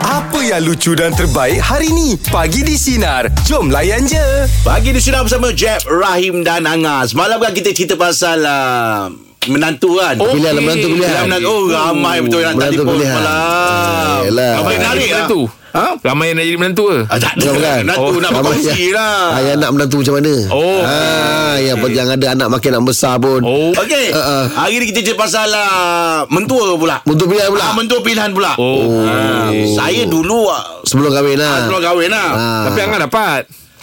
Apa yang lucu dan terbaik hari ni? Pagi di Sinar. Jom layan je. Pagi di Suram bersama Jeb, Rahim dan Anga. Semalam kan kita cerita pasal uh, menantu kan. Oh, Pilihan lah, Okey. menantu pilihan. menantu. Oh, ramai betul yang Menantu telefon pilihan. Eh, malam. Yelah. Apa yang nak menarik jadi lah. menantu? Ha? Ramai yang nak jadi menantu ke? Ah, tak ada. Bukan, bukan. Menantu Oh, nak Abang berkongsi yang- lah. Ah, yang nak menantu macam mana? Oh. Ah, yang, yang ada anak makin nak besar pun. Oh. Okey. Ah, ah. Hari ni kita cerita pasal uh, mentua pula. Untuk pilihan pula. Ah, mentua pilihan pula. Oh. Ah, saya dulu ah, Sebelum kahwin lah. sebelum kahwin lah. Ah. Tapi Angah dapat.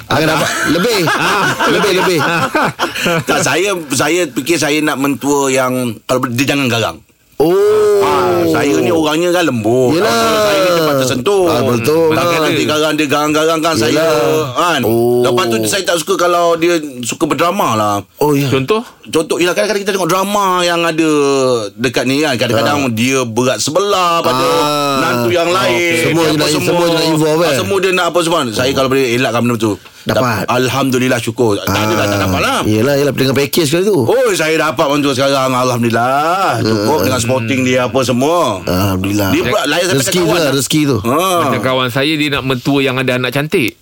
Akan dapat lebih. Ah, lebih lebih. tak saya saya fikir saya nak mentua yang kalau boleh, dia jangan garang. Oh. Ah, saya ni orangnya kan lembut. Yelah. Ah, Saya ni cepat tersentuh. Ah, betul. Takkan Betul. nanti garang dia garang-garang kan saya. Yelah. Kan? Oh. Lepas tu saya tak suka kalau dia suka berdrama lah. Oh ya. Contoh? Contoh ialah kadang-kadang kita tengok drama yang ada dekat ni kan. Kadang-kadang dia berat sebelah pada Ah. menantu yang Oh, lain. okey. Semua dia Apa nak- semua dia nak involve, Ah, eh? Oh. Semua dia nak apa semua. Saya kalau boleh elakkan benda tu. Dapat. Ah. Dap- Alhamdulillah syukur. Tak ada lah, tak dapat lah. Yelah, yelah dengan package kali tu. Oh saya dapat mentua sekarang Alhamdulillah Ah. Cukup dengan sporting dia apa semua Alhamdulillah. Dia pula layak sampai Rezeki tu kawan lah, lah. rezeki tu. Ha. Macam kawan saya dia nak mentua yang ada anak cantik.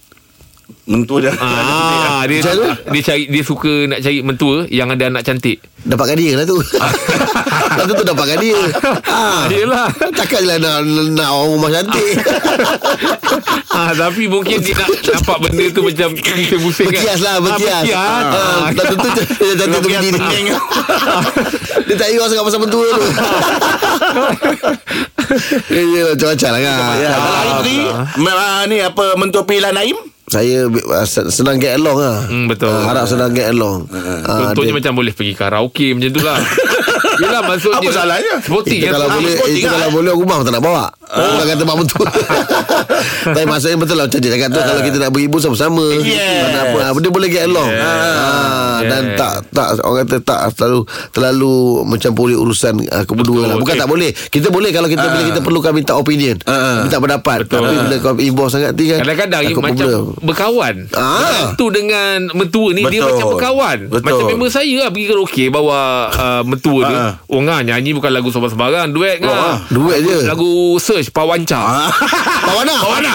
Mentua dia. Ah, dia Macam mana? dia cari dia suka nak cari mentua yang ada anak cantik. Dapatkan dia lah tu. Lah tu tu dapatkan dia. Ah. Yelah. Cakap je lah nak, nak orang rumah cantik. Ah, tapi mungkin dia nak dapat benda tu macam pusing-pusing kan. Berkias lah, berkias. Ah, Ah, berkias. Tak tentu dia cantik tu Berkias berdiri. Ah. pening. Dia tak ingat sangat pasal mentua tu. Ya, ya, macam-macam lah kan. Ya, Ah. kalau hari ni ma- ni apa mentua pilihan Naim? Saya uh, sen- senang get along lah. Hmm, betul. Ah, harap senang get along. Ah, Contohnya dia- macam boleh pergi karaoke macam tu lah. Yelah maksudnya Apa salahnya? Sporting itu kan kalau Ah, boleh ikut itu tinggal, kalau eh. boleh rumah pun tak nak bawa. Orang kata mak mentua. Tapi maksudnya betul lah macam dia cakap tu Ah. kalau kita nak beribu sama-sama. Yes. Tak nak apa. Dia boleh get along. Ah, dan Yes. tak tak orang kata tak terlalu terlalu mencampuri urusan ah, Betul. kedua lah. Bukan Eh. Ah. tak boleh. Kita boleh kalau kita bila kita perlukan minta opinion. Minta pendapat. Betul. Ah. Tapi bila kau involve sangat kan- tinggi Kadang-kadang ia macam berkawan. Ah. Menantu dengan mentua ni dia Betul. macam berkawan. Betul. Macam member saya lah pergi karaoke bawa uh, mentua dia. Ah. Oh ngah nyanyi bukan lagu sembarang-sembarang, duet ngah. ah. Oh, Duet je. Ah. Lagu search Pawanca. Pawana. Pawana.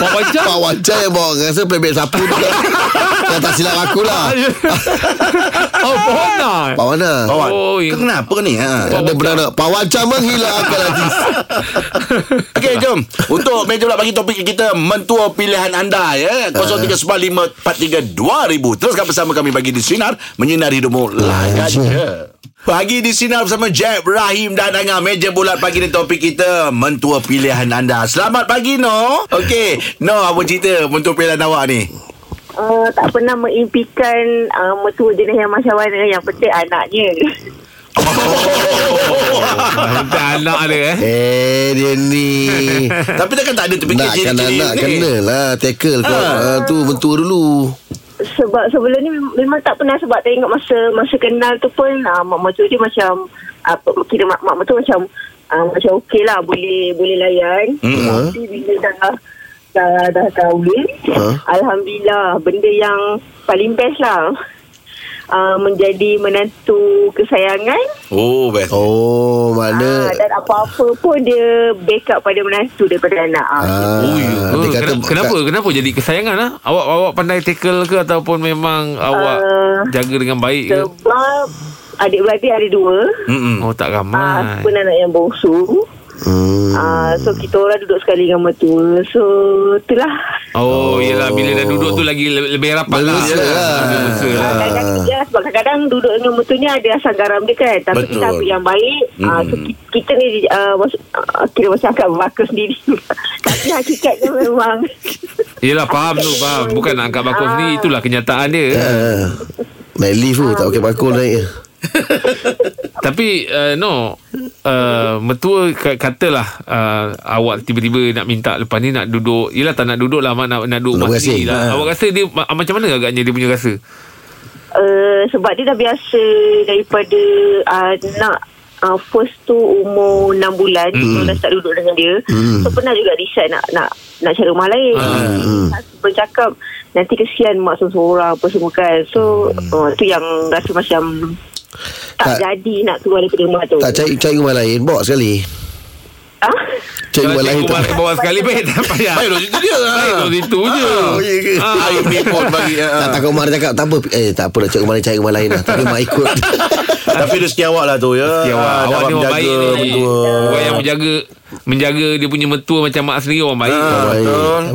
Pawanca. Pak Wajar yang bawa rasa pelebek sapu tu lah. Yang tak silap aku lah. Oh Pawana. Pak Wana. Kawan. Ya. Oh, ya. Kenapa ni? Ha. Ada beranak. Pak Wajar menghilangkan hati. Okey, jom. Untuk meja pula bagi topik kita mentua pilihan anda ya. 0395432000. Teruskan bersama kami bagi di sinar menyinari hidupmu layan je. Pagi di Sinar bersama Jeb, Rahim dan Angah Meja bulat pagi ni topik kita Mentua pilihan anda Selamat pagi No Okey No apa cerita Mentua pilihan awak ni uh, tak pernah mengimpikan uh, mertua jenis yang macam mana yang penting anaknya. Minta Ah, anak dia eh. Eh, dia ni. Tapi takkan tak ada terfikir Nak kena nak kena lah tackle kau Ah, tu bentua dulu. sebab sebelum ni mem- memang tak pernah sebab tengok masa masa kenal tu pun uh, mak mertua dia macam apa kira mak mak mertua macam uh, macam okey lah boleh boleh layan. Hmm. Hmm. Tapi bila dah dah dah kahwin, Ha? alhamdulillah benda yang paling best lah. Uh, menjadi menantu kesayangan Oh best Oh, uh, mana? dan apa-apa pun dia backup pada menantu daripada anak. Uh. Ah, dia Oh, ya. Eh, kata kenapa, kenapa kenapa jadi kesayangan ah? Awak awak pandai tackle ke ataupun memang awak Ah, jaga dengan baik ke? Sebab adik-beradik ada dua. Mm-mm. Oh tak Ah, ramai. aku pun anak yang bongsu. Hmm. Ah, so kita orang duduk sekali dengan mertua. So itulah. Oh, yelah bila dah duduk tu lagi le- lebih rapat lah. Berlesa lah. Lebih Berlesa lah. Kadang-kadang ya, sebab kadang-kadang duduk dengan mertua ni ada asam garam dia kan. Tapi Betul. kita ambil yang baik. Ah, so kita, kita ni ah, mas- ah, kira macam angkat bakar sendiri. Tapi hakikatnya memang Yelah faham tu, faham. Bukan nak angkat bakul sendiri, itulah kenyataan dia. Ah, Naik lift tu tak pakai bakul naik. Tapi uh, no, uh, mertua ka- katalah uh, awak tiba-tiba nak minta lepas ni nak duduk. Yelah tak nak duduk lah, mak nak, nak Nak duduk rumah berasing. sendiri lah. Ha. Awak rasa dia ma- macam mana agaknya dia punya rasa? uh, sebab dia dah biasa daripada uh, nak uh, first tu umur 6 bulan Hmm. mm. dah start duduk dengan dia mm. so pernah juga decide nak nak nak cari rumah lain Hmm. mm. bercakap nanti kesian mak seorang apa semua kan so mm. uh, tu yang rasa macam Hmm. Tak- tak, tak jadi nak keluar daripada rumah tu Tak cari cari rumah lain, bawa sekali. ha? Cikgu Kalau Malahir cikgu tak- Malahir bawa sekali Baik tak payah Baik tu dia Baik tu situ je Ah, ya ke? Ah. Air report bagi ah. Tak takut Umar cakap Tak apa Eh tak apa dah Cikgu Umar cari rumah lain lah Tapi Mak ikut Tapi rezeki awak lah tu ya Ya, awak, Ah, awak ni orang baik ni mentua. Orang yang menjaga Menjaga dia punya mentua Macam mak sendiri orang baik Ah, Baik.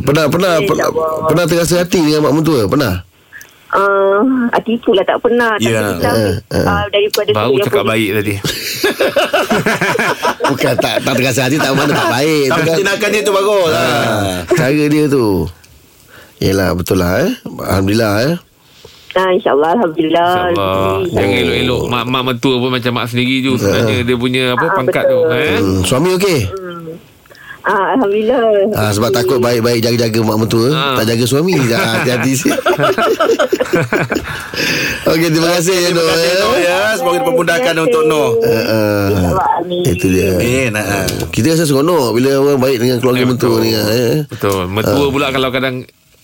Pernah pernah Eh, pernah, tak apa. pernah terasa hati dengan mak mentua Pernah uh, Hati itulah tak pernah Tapi Ya. kita ambil, Eh, eh. ah, Daripada Baru sudut yang cakap positif. baik tadi Bukan tak tak terasa hati Tak mana tak baik Tapi tu lah. kan. tindakan dia tu bagus ah. Ah, Cara dia tu Yelah betul lah eh Alhamdulillah eh Ah, InsyaAllah Alhamdulillah InsyaAllah Rezeki. Jangan Oh. elok-elok Mak mak mentua pun macam mak sendiri Ya. tu Sebenarnya dia punya apa Ah, pangkat tu betul. eh? hmm, Suami okey ah, Alhamdulillah Ah, sebab takut baik-baik jaga-jaga mak mentua Ah. Tak jaga suami Ah, Hati-hati Okey terima kasih ya Terima Noh kasih eh. Noh ya Semoga dipermudahkan untuk Noh Ah, ah. InsyaAllah Amin Itu dia Amin ah. Kita rasa seronok Bila orang baik dengan keluarga Eh, mentua betul. ni kan, eh. Betul Mentua pula kalau kadang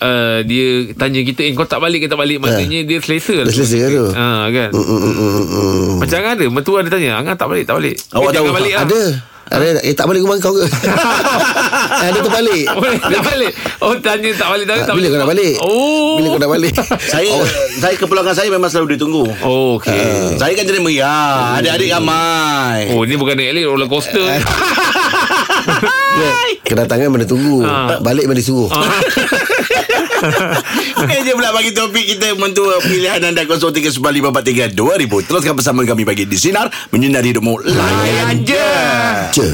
uh, Dia tanya kita Eh kau tak balik ke tak balik Maksudnya dia selesa Dah Ya. selesa kan tu Ah, kan Mm, mm, mm, mm, mm. Macam ada Mentua ada tanya Angah tak balik tak balik Awak Eh, jangan tahu? balik lah. Ada ada eh, tak balik rumah kau ke? Eh, ada terbalik. Boleh tak balik Oh tanya tak balik tak balik, tak Bila kau nak balik? Oh Bila kau nak balik? Saya Saya kepulangan saya Memang selalu ditunggu Oh okay Ah. Saya kan jadi meriah Adik-adik ramai Oh ni bukan naik lift Roller coaster Eh. Kedatangan benda tunggu. Ah. Balik benda suruh. Oh. Okey je Eh, pula bagi topik kita Mentua pilihan anda 0395432000 Teruskan bersama kami Bagi di Sinar Menyinari hidupmu Layan je Je.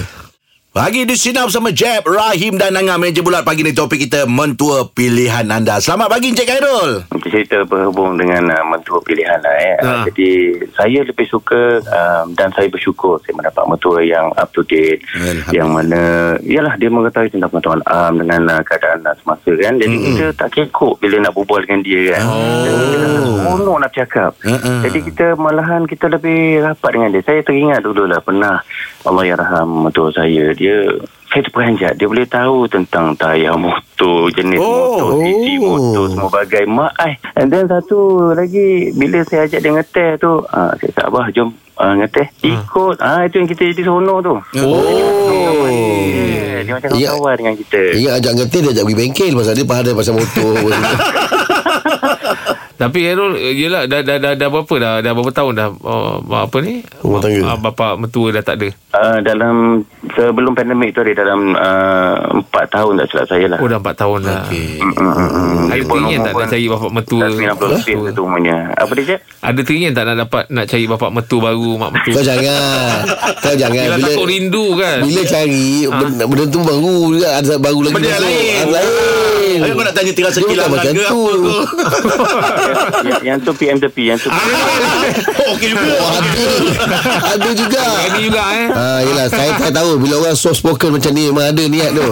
Pagi di Sinar bersama Jeb, Rahim dan Angah Meja Bulat Pagi ni topik kita Mentua Pilihan Anda Selamat pagi Encik Khairul Untuk cerita berhubung dengan uh, mentua pilihan lah eh. Ha. Ha. Jadi saya lebih suka um, dan saya bersyukur saya mendapat mentua yang up to date Alhamdulillah. yang mana ialah dia mengetahui tentang pengetahuan alam dengan uh, keadaan uh, semasa kan. Jadi mm-hmm. kita tak kekok bila nak berbual dengan dia kan. Oh. Dan kita rasa seronok nak bercakap. Mm-mm. Jadi kita malahan kita lebih rapat dengan dia. Saya teringat dululah pernah Allah ya raham mentua saya dia saya terperanjat dia boleh tahu tentang tayar motor jenis Oh. motor sisi motor semua bagai mak ai and then satu lagi bila saya ajak dia ngeteh tu ah saya tak abah jom ah, ngeteh ikut ah itu yang kita jadi seronok tu Oh yeah. dia macam Ya. kawan dengan kita Ingat ajak ngerti dia ajak pergi bengkel pasal dia faham pasal motor. apa semua. Tapi Hairul eh, Yelah dah, dah, dah, dah berapa dah Dah berapa tahun dah oh, Apa ni Rumah tangga. Ah, Bapa mentua dah tak ada Ah, dalam sebelum pandemik tu ada dalam ah, empat tahun tak silap saya lah Oh dah 4 tahun dah Okey. Mm, mm, mm. Ada Dia pun teringin umur tak pun nak cari bapak mentua dah 90 lebih tu umurnya apa dia cakap Ada teringin tak nak dapat Nak cari bapak mentua baru Mak Kau mentua jangan. Kau jangan Yelah takut rindu kan bila cari benda, benda tu baru juga ada baru lagi Benda yang masuk. lain. Ada lain. Saya pun nak tanya tiga Dia sekila bukan macam tu. yang, yang tu PM tepi yang tu Okey juga Oh, ada. ada juga. Ini juga eh Ah, yelah, saya tak tahu Bila orang soft spoken macam ni Memang ada niat tu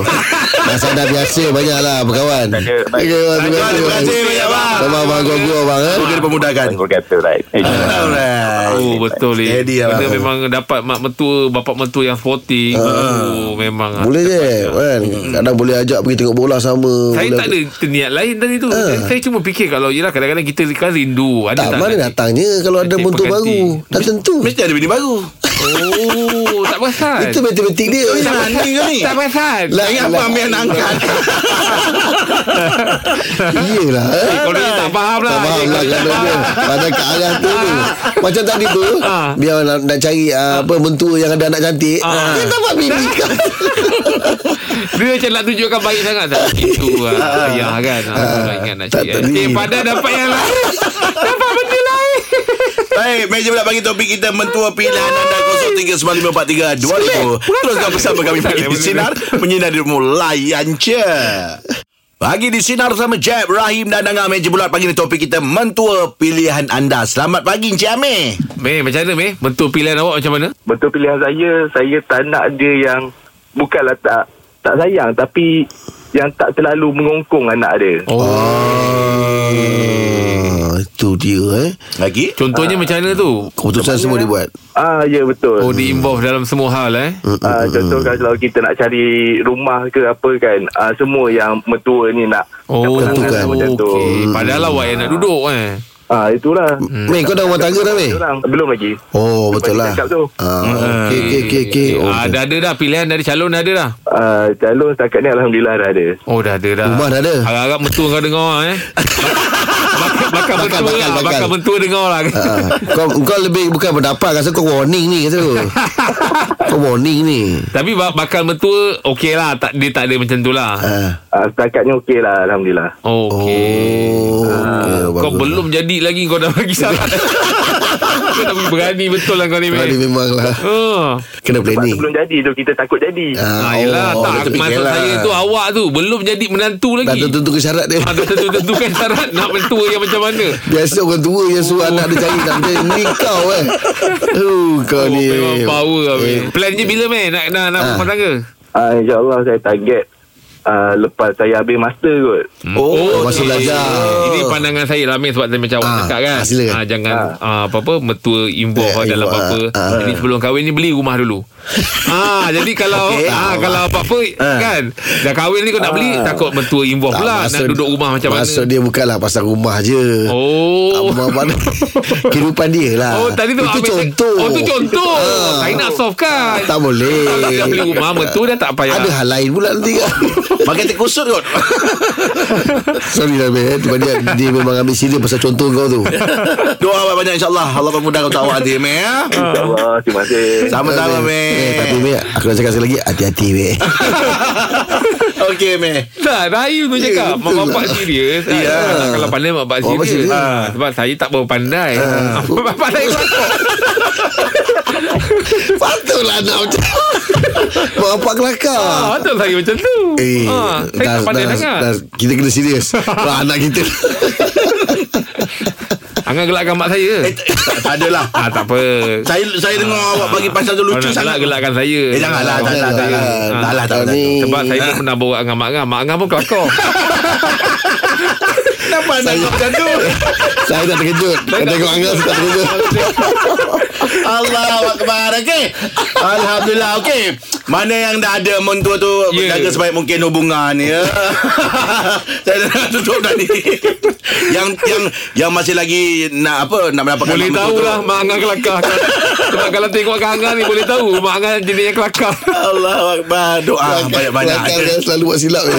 Masa dah biasa Banyak lah berkawan Tak ada. Ya, Terima kasih Terima kasih banyak bang Abang, abang, gua-gua abang eh? Semoga dipermudahkan berkata right Eh, Alright Oh betul eh. Steady lah, Benda bang. memang dapat mak mentua, bapak mentua yang sporting. Ah. Uh, oh, memang. Boleh je kan Kadang boleh ajak pergi tengok bola sama Hmm. Saya Boleh- tak ada niat lain tadi tu. Saya, saya cuma fikir kalau yelah kadang-kadang kita kan rindu. Ah. Ada Tak, tak, mana nanti? datangnya Kalau ada Nanti bentuk pengganti. baru Tak tentu Mesti ada bini baru Oh, tak perasan. Itu matematik dia Nak mandi ke ni tak perasan. Lah, Ingat apa lah. ambil nak angkat Iyalah eh. Eh, Kalau dia tak faham lah. Tak faham lah kalau dia Pada ke arah tu tu Macam tadi tu Ah. Biar nak, nak cari Ha. ah, apa Mentua yang ada anak cantik Ah. Dia dapat bini Dia macam nak tunjukkan baik sangat tak? Itu lah Ayah kan Aku nak ingat nak Ah, tak cakap tadi. Eh pada dapat yang lain Dapat benda lain Baik, meja pula bagi topik kita Mentua pilihan anda 0395432000 Teruskan bersama kami Pagi di Sinar Menyinari rumah layan je Pagi di Sinar bersama Jeb, Rahim dan Angah Meja Bulat Pagi ni topik kita Mentua pilihan anda Selamat pagi Encik Amir Meh macam mana Meh Bentuk pilihan awak macam mana Betul pilihan saya Saya tak nak dia yang Bukanlah tak Tak sayang Tapi Yang tak terlalu mengongkong anak dia oh. Ah, Itu dia eh Lagi? Contohnya macam mana tu Keputusan semua dia buat Ah ya betul Oh di involve dalam semua hal eh Mm, ah, Contoh kalau kita nak cari rumah ke apa kan ah, Semua yang mertua ni nak Oh nak tentukan. macam tu okey. Padahal awak yang nak duduk eh Ah itulah. Mei kau dah rumah tangga dah Mei Orang belum lagi. Oh Lepas betul dia lah cakap tu. ah, Okey okey okey okay. Okay. oh, Ah, dah ada dah pilihan dari calon dah ada dah. Ah calon setakat ni alhamdulillah dah ada. Oh dah ada dah. Rumah dah ada. Harap-harap mentua kau dengar ah, eh. Bakar, bakar, Bakar, bakar mentua bakar, lah. bakar. Bakar mentua dengar lah. Ah, kau, kau lebih bukan berdapat Rasa kau warning ni kata tu Kau warning ni Tapi bak- bakal mentua okey lah. Tak, dia tak ada macam tu lah. ah. Ah setakat ni okey lah alhamdulillah. Okey. Ah. Oh okay, Kau belum jadi lagi kau dah bagi syarat. kau dah berani betul lah kau ni. Tadi Mei. memang lah Oh. Kena Sebab tu planning belum jadi tu kita takut jadi. Ah, yelah, oh, tak dia terfikir maksud lah. saya tu awak tu belum jadi menantu Tak lagi. tentu ke syarat dia Ah, dah tentu tentukan syarat nak mentua yang macam mana. Biasa orang tua yang Oh. suruh anak dia cari tak macam ni kau eh. Uh, kau Oh, ni. memang power lah eh. Plan je bila meh nak nak nak Ah. rumah tangga. Ah insyaallah saya target ah, lepas saya habis master kot. Oh, masa eh, belajar. Ini pandangan saya lah Meh sebab saya macam awak Ah, cakap kan. ah, silakan. Ah, jangan ah, apa-apa metua involve Eh, yeah, dalam involve, apa-apa. ah, ah. Jadi sebelum kahwin ni beli rumah dulu. ah, jadi kalau Okey. Ah. ah, kalau apa-apa kan dah kahwin ni kau nak beli takut metua involve Tak, pula lah, nak maksud- duduk rumah macam mana. Maksud dia bukanlah pasal rumah je. Oh. Abang-abang Kehidupan dia lah Oh tadi tu Itu Amir- contoh Oh tu contoh Ah. Saya nak soft kan Tak boleh Kalau dah beli rumah Mentua dah Oh. tak payah Ada hal lain pula nanti kan Makan terkusut kot Sorry lah Ben Sebab dia, dia memang ambil serius Pasal contoh kau tu Doa awak banyak insyaAllah Allah permudah untuk awak dia Meh ya. Ah. Insyaallah terima kasih. Sama-sama Eh, Tapi Meh Meh Aku nak cakap sekali lagi Hati-hati Meh Okey Meh Tak Rahim tu Lah, cakap Mak betul bapak lah. serius Ah, Ya. ah, Kalau pandai mak bapak Mak bapak serius serius. Ah, Sebab saya tak berapa pandai Ah, Mak bapak saya kotor. Patutlah nak macam Mak bapak kelakar Ah, Betul saya macam tu Eh, Ah, Saya tak pandai sangat kita kena serius. Wah, anak kita. Angan gelakkan mak saya Tak tak adalah Ah, tak apa Saya saya dengar awak bagi pasal tu Kalau lucu nak Ah. gelak sangat gelakkan saya Eh janganlah Tak tak tak Ah, Tak lah tak kau lah ni. Sebab saya pun pernah borak dengan Mak Angah Mak Angah pun kelakar Kenapa nak buat macam tu Saya tak terkejut. Saya tengok Angga saya tak terkejut. Allah Akbar Okey Alhamdulillah Okey Mana yang dah ada mentua tu Ya. Jaga sebaik mungkin hubungan ya. Saya dah tutup tadi Yang yang yang masih lagi Nak apa Nak mendapatkan Boleh nama tahu mentua tu. lah Mak Angah kelakar Sebab kalau tengok Kak Angah ni Boleh tahu Mak Angah jenis yang kelakar Allah Akbar Doa Ah, banyak-banyak Kelakar dia selalu buat silap. je.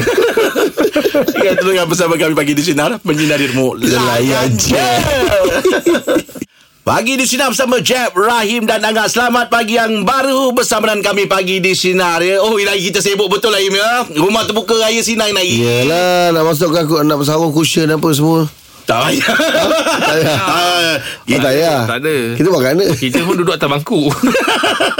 Kita tengah bersama kami Pagi di Sinar Menyinari Remu Layan je Pagi di Sinar bersama Jeb, Rahim dan Angga. Selamat pagi yang baru bersama dengan kami pagi di Sinar. Ya. Oh, Ilahi kita sibuk betul lah, Im. Ya. Rumah terbuka raya Sinar, Ilahi. Ya. Yelah, nak masuk ke aku, nak sarung cushion apa semua. Tak payah. Tak payah. Ah, Oh, tak payah. Tak ada. Kita buat kat mana? Kita pun duduk atas bangku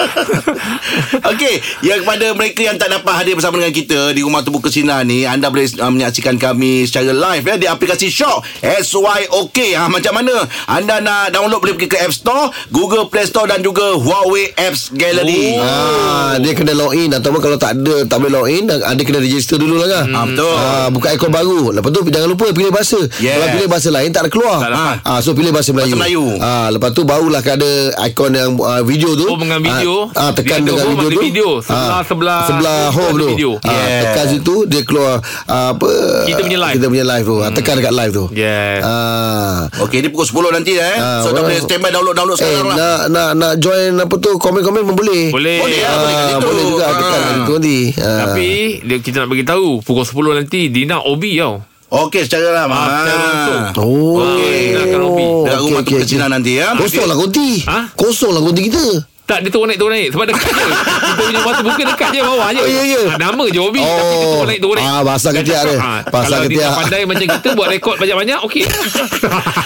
Okey, yang kepada mereka yang tak dapat hadir bersama dengan kita di Rumah Terbuka Sinar ni, anda boleh uh, menyaksikan kami secara live ya di aplikasi Shock SYOK. Ha, macam mana? Anda nak download boleh pergi ke App Store, Google Play Store dan juga Huawei Apps Gallery. Oh. Ah, dia kena login ataupun kalau tak ada tak boleh login ada kena register dulu lah kan. Hmm, Ah, betul. Ah, buka ikon baru. Lepas tu jangan lupa pilih bahasa. Yes. Kalau pilih bahasa lain tak ada keluar. Tak dapat. Ah, so pilih bahasa Melayu. Melayu. Ah, lepas tu barulah ada ikon yang ah, video tu. Home Oh, dengan video. Ah, ah tekan Dia ada dengan home, video ada tu. video. Sebelah- Ah, sebelah sebelah tu home ada tu. video. Ah, Yes. tekan situ dia keluar ah, apa Kita punya live. Hmm. Kita punya live tu. Ah, tekan dekat live tu. Yes. Ah. Okey, ni pukul 10 nanti eh. Ah, so, dah orang- boleh standby download-download Eh, sekarang lah. nak nak nak join apa tu komen-komen pun boleh. Boleh, Boleh lah, boleh kat Ah, situ. boleh juga tekan Ah. kat situ nanti. Ah. Tapi dia, Kita nak bagi tahu Pukul 10 nanti Dina Obi tau Okey, secara lah. Ah, secara langsung. Ah. Oh. Okey, nak akan Robi. Okey, Dekat rumah okey, Terbuka okey. Sinar nanti ya. Kosong lah konti Ha? Kosong lah konti kita Tak dia turun naik Turun naik Sebab dekat je Kita punya waktu buka dekat je Bawah je Oh, ya, ya. Ah, Nama je Obi Tapi dia turun naik Turun naik Ah, bahasa ketiak dia. Ah, Bahasa Kalau dia ketiak. tak pandai macam kita Buat rekod banyak-banyak Okey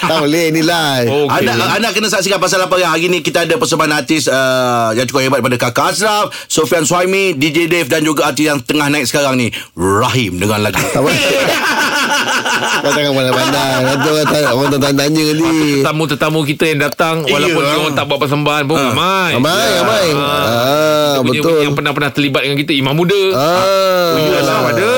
Tak boleh ni live. Okey. Okay. Anda, anda kena saksikan pasal apa yang hari ni kita ada persembahan artis uh, yang cukup hebat daripada Kakak Azraf, Sofian Suhaimi, DJ Dave dan juga artis yang tengah naik sekarang ni, Rahim dengan lagu. Tak boleh. Kau jangan pandai-pandai. Nanti orang tanya, orang tanya ni. Tetamu-tetamu kita yang datang Walaupun Ya. dia orang tak buat persembahan pun Ramai Ah. Ramai, ramai. Ah, Kita punya betul. Yang pernah-pernah terlibat dengan kita Imam muda Ah. Yalah ada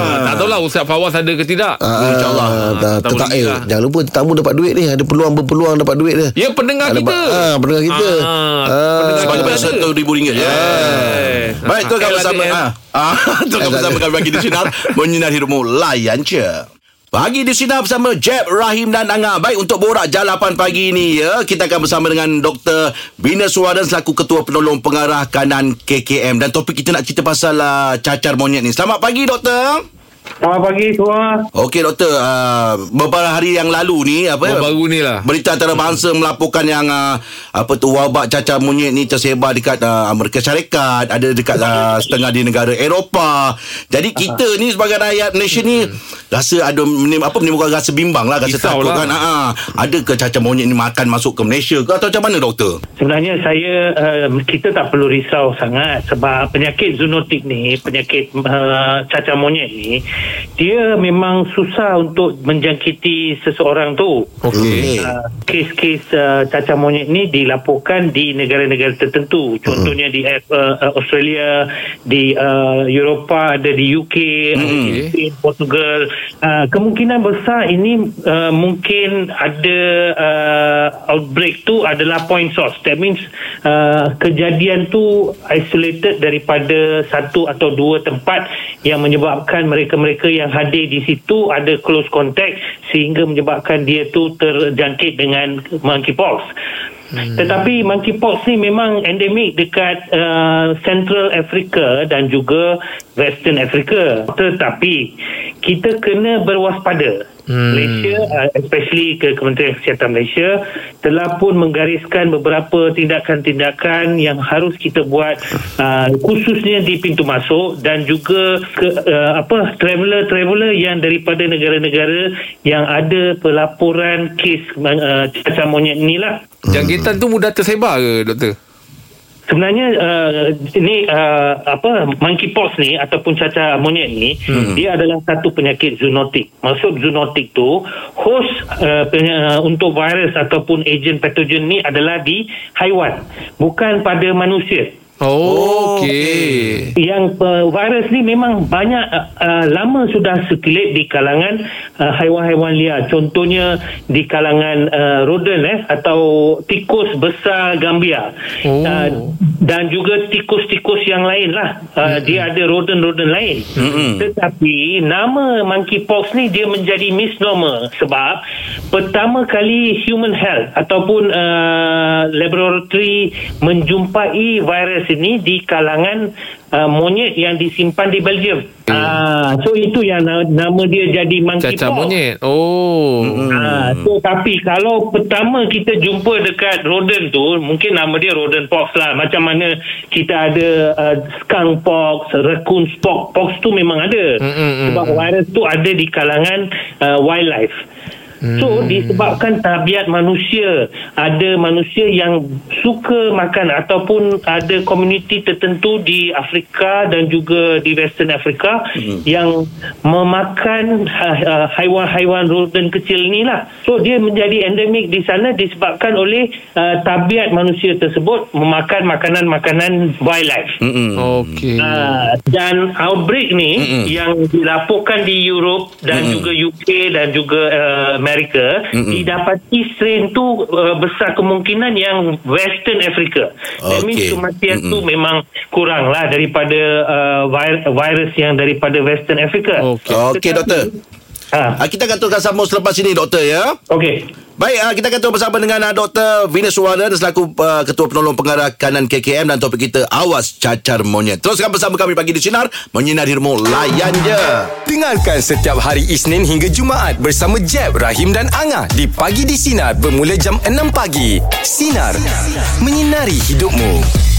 Ah, Tak tahulah Ustaz Fawaz ada ke tidak Ah, InsyaAllah dah, Tak tahu tetap, lagi eh, lah. jangan lupa tetamu dapat duit ni Ada peluang berpeluang dapat duit dia Ya pendengar Ada kita ba- ah, pendengar kita. ah, Ah. Pendengar Sebab kita lepas ada. satu ribu ringgit. Yeah. Yes. Baik, tu Ah, akan LRTM. bersama. Ah, ah, tu akan bersama kami bagi di sinar. Menyinar hidupmu layan je. Pagi di Sinar bersama Jeb, Rahim dan Angah. Baik, untuk borak jalapan pagi ini, ya, kita akan bersama dengan Dr. Bina Suhadan selaku Ketua Penolong Pengarah Kanan KKM. Dan topik kita nak cerita pasal uh, cacar monyet ni. Selamat pagi, Doktor. Selamat pagi semua. Okey, Doktor. Uh, beberapa hari yang lalu ni, apa ya? Baru-baru ni lah. Berita antarabangsa melaporkan yang uh, apa tu wabak cacar monyet ni tersebar dekat uh, Amerika Syarikat, ada dekat uh, setengah di negara Eropah. Ah. Jadi kita ni sebagai rakyat Malaysia ni rasa ada menim, apa menimbulkan rasa bimbang lah, rasa Hmm. takut Risau lah. kan. Ha, ada ke cacar monyet ni makan masuk ke Malaysia ke atau macam mana doktor? Sebenarnya saya uh, kita tak perlu risau sangat sebab penyakit zoonotik ni, penyakit uh, cacar monyet ni, dia memang susah untuk menjangkiti seseorang tu. Okey. Uh, kes-kes uh, cacar monyet ni dilaporkan di negara-negara tertentu. Contohnya di uh, uh, Australia, di uh, Eropah, ada di UK, ada di Portugal. Uh, kemungkinan besar ini uh, mungkin ada uh, outbreak tu adalah point source. That means uh, kejadian tu isolated daripada satu atau dua tempat yang menyebabkan mereka-mereka yang hadir di situ ada close contact sehingga menyebabkan dia tu terjangkit dengan monkeypox. Hmm. Tetapi monkeypox ni memang endemik dekat uh, Central Africa dan juga Western Africa. Tetapi kita kena berwaspada. Hmm. Malaysia uh, especially ke Kementerian Kesihatan Malaysia telah pun menggariskan beberapa tindakan-tindakan yang harus kita buat uh, khususnya di pintu masuk dan juga ke, uh, apa traveler-traveler yang daripada negara-negara yang ada pelaporan kes uh, cacar monyet ni lah. Hmm. Jangkitan tu mudah tersebar ke doktor? Sebenarnya uh, ini uh, apa monkeypox ni ataupun cacar monyet ni hmm. dia adalah satu penyakit zoonotik. Maksud zoonotik tu host uh, penya, untuk virus ataupun ejen patogen ni adalah di haiwan bukan pada manusia. Oh, okey. Yang uh, virus ni memang banyak uh, uh, lama sudah sirkulat di kalangan uh, haiwan-haiwan liar. Contohnya di kalangan uh, rodent eh atau tikus besar Gambia. Oh. Uh, dan juga tikus-tikus yang lain lah. Uh, Hmm. Dia ada rodent-rodent lain. Mm-hmm. Tetapi nama monkeypox ni dia menjadi misnomer sebab pertama kali human health ataupun uh, laboratory menjumpai virus ini di kalangan uh, monyet yang disimpan di Belgium. Hmm. Ah, so itu yang na- nama dia jadi monkeypox. Cacar monyet. Oh. Ah, so, tapi kalau pertama kita jumpa dekat rodent tu mungkin nama dia rodent pox lah macam mana kita ada uh, skunk pox raccoon pox pox tu memang ada Mm, mm, mm, sebab mm. virus tu ada di kalangan uh, wildlife So disebabkan tabiat manusia ada manusia yang suka makan ataupun ada komuniti tertentu di Afrika dan juga di Western Afrika hmm. yang memakan ha- ha- haiwan-haiwan rodent kecil ni lah. So dia menjadi endemik di sana disebabkan oleh uh, tabiat manusia tersebut memakan makanan-makanan wildlife. Mm-mm. Okey. Ah, dan outbreak ni Mm-mm. yang dilaporkan di Europe dan Mm-mm. juga UK dan juga uh, Amerika Mm-mm. didapati strain tu uh, besar kemungkinan yang Western Africa. That means Okey. kematian Mm-mm. Mm-mm. tu memang kurang lah daripada uh, vir- virus yang daripada Western Africa. Okey. Okey, doktor. Ah, Ah, kita akan teruskan sambung selepas ini, doktor, ya. Okey. Baik, uh, kita akan terus bersama dengan uh, Dr. Venus Suwara selaku uh, Ketua Penolong Pengarah Kanan KKM dan topik kita Awas Cacar Monyet. Teruskan bersama kami pagi di Sinar, menyinari hidupmu layan je. Dengarkan setiap hari Isnin hingga Jumaat bersama Jeb, Rahim dan Angah di Pagi di Sinar bermula jam 6 pagi. Sinar. Menyinari hidupmu.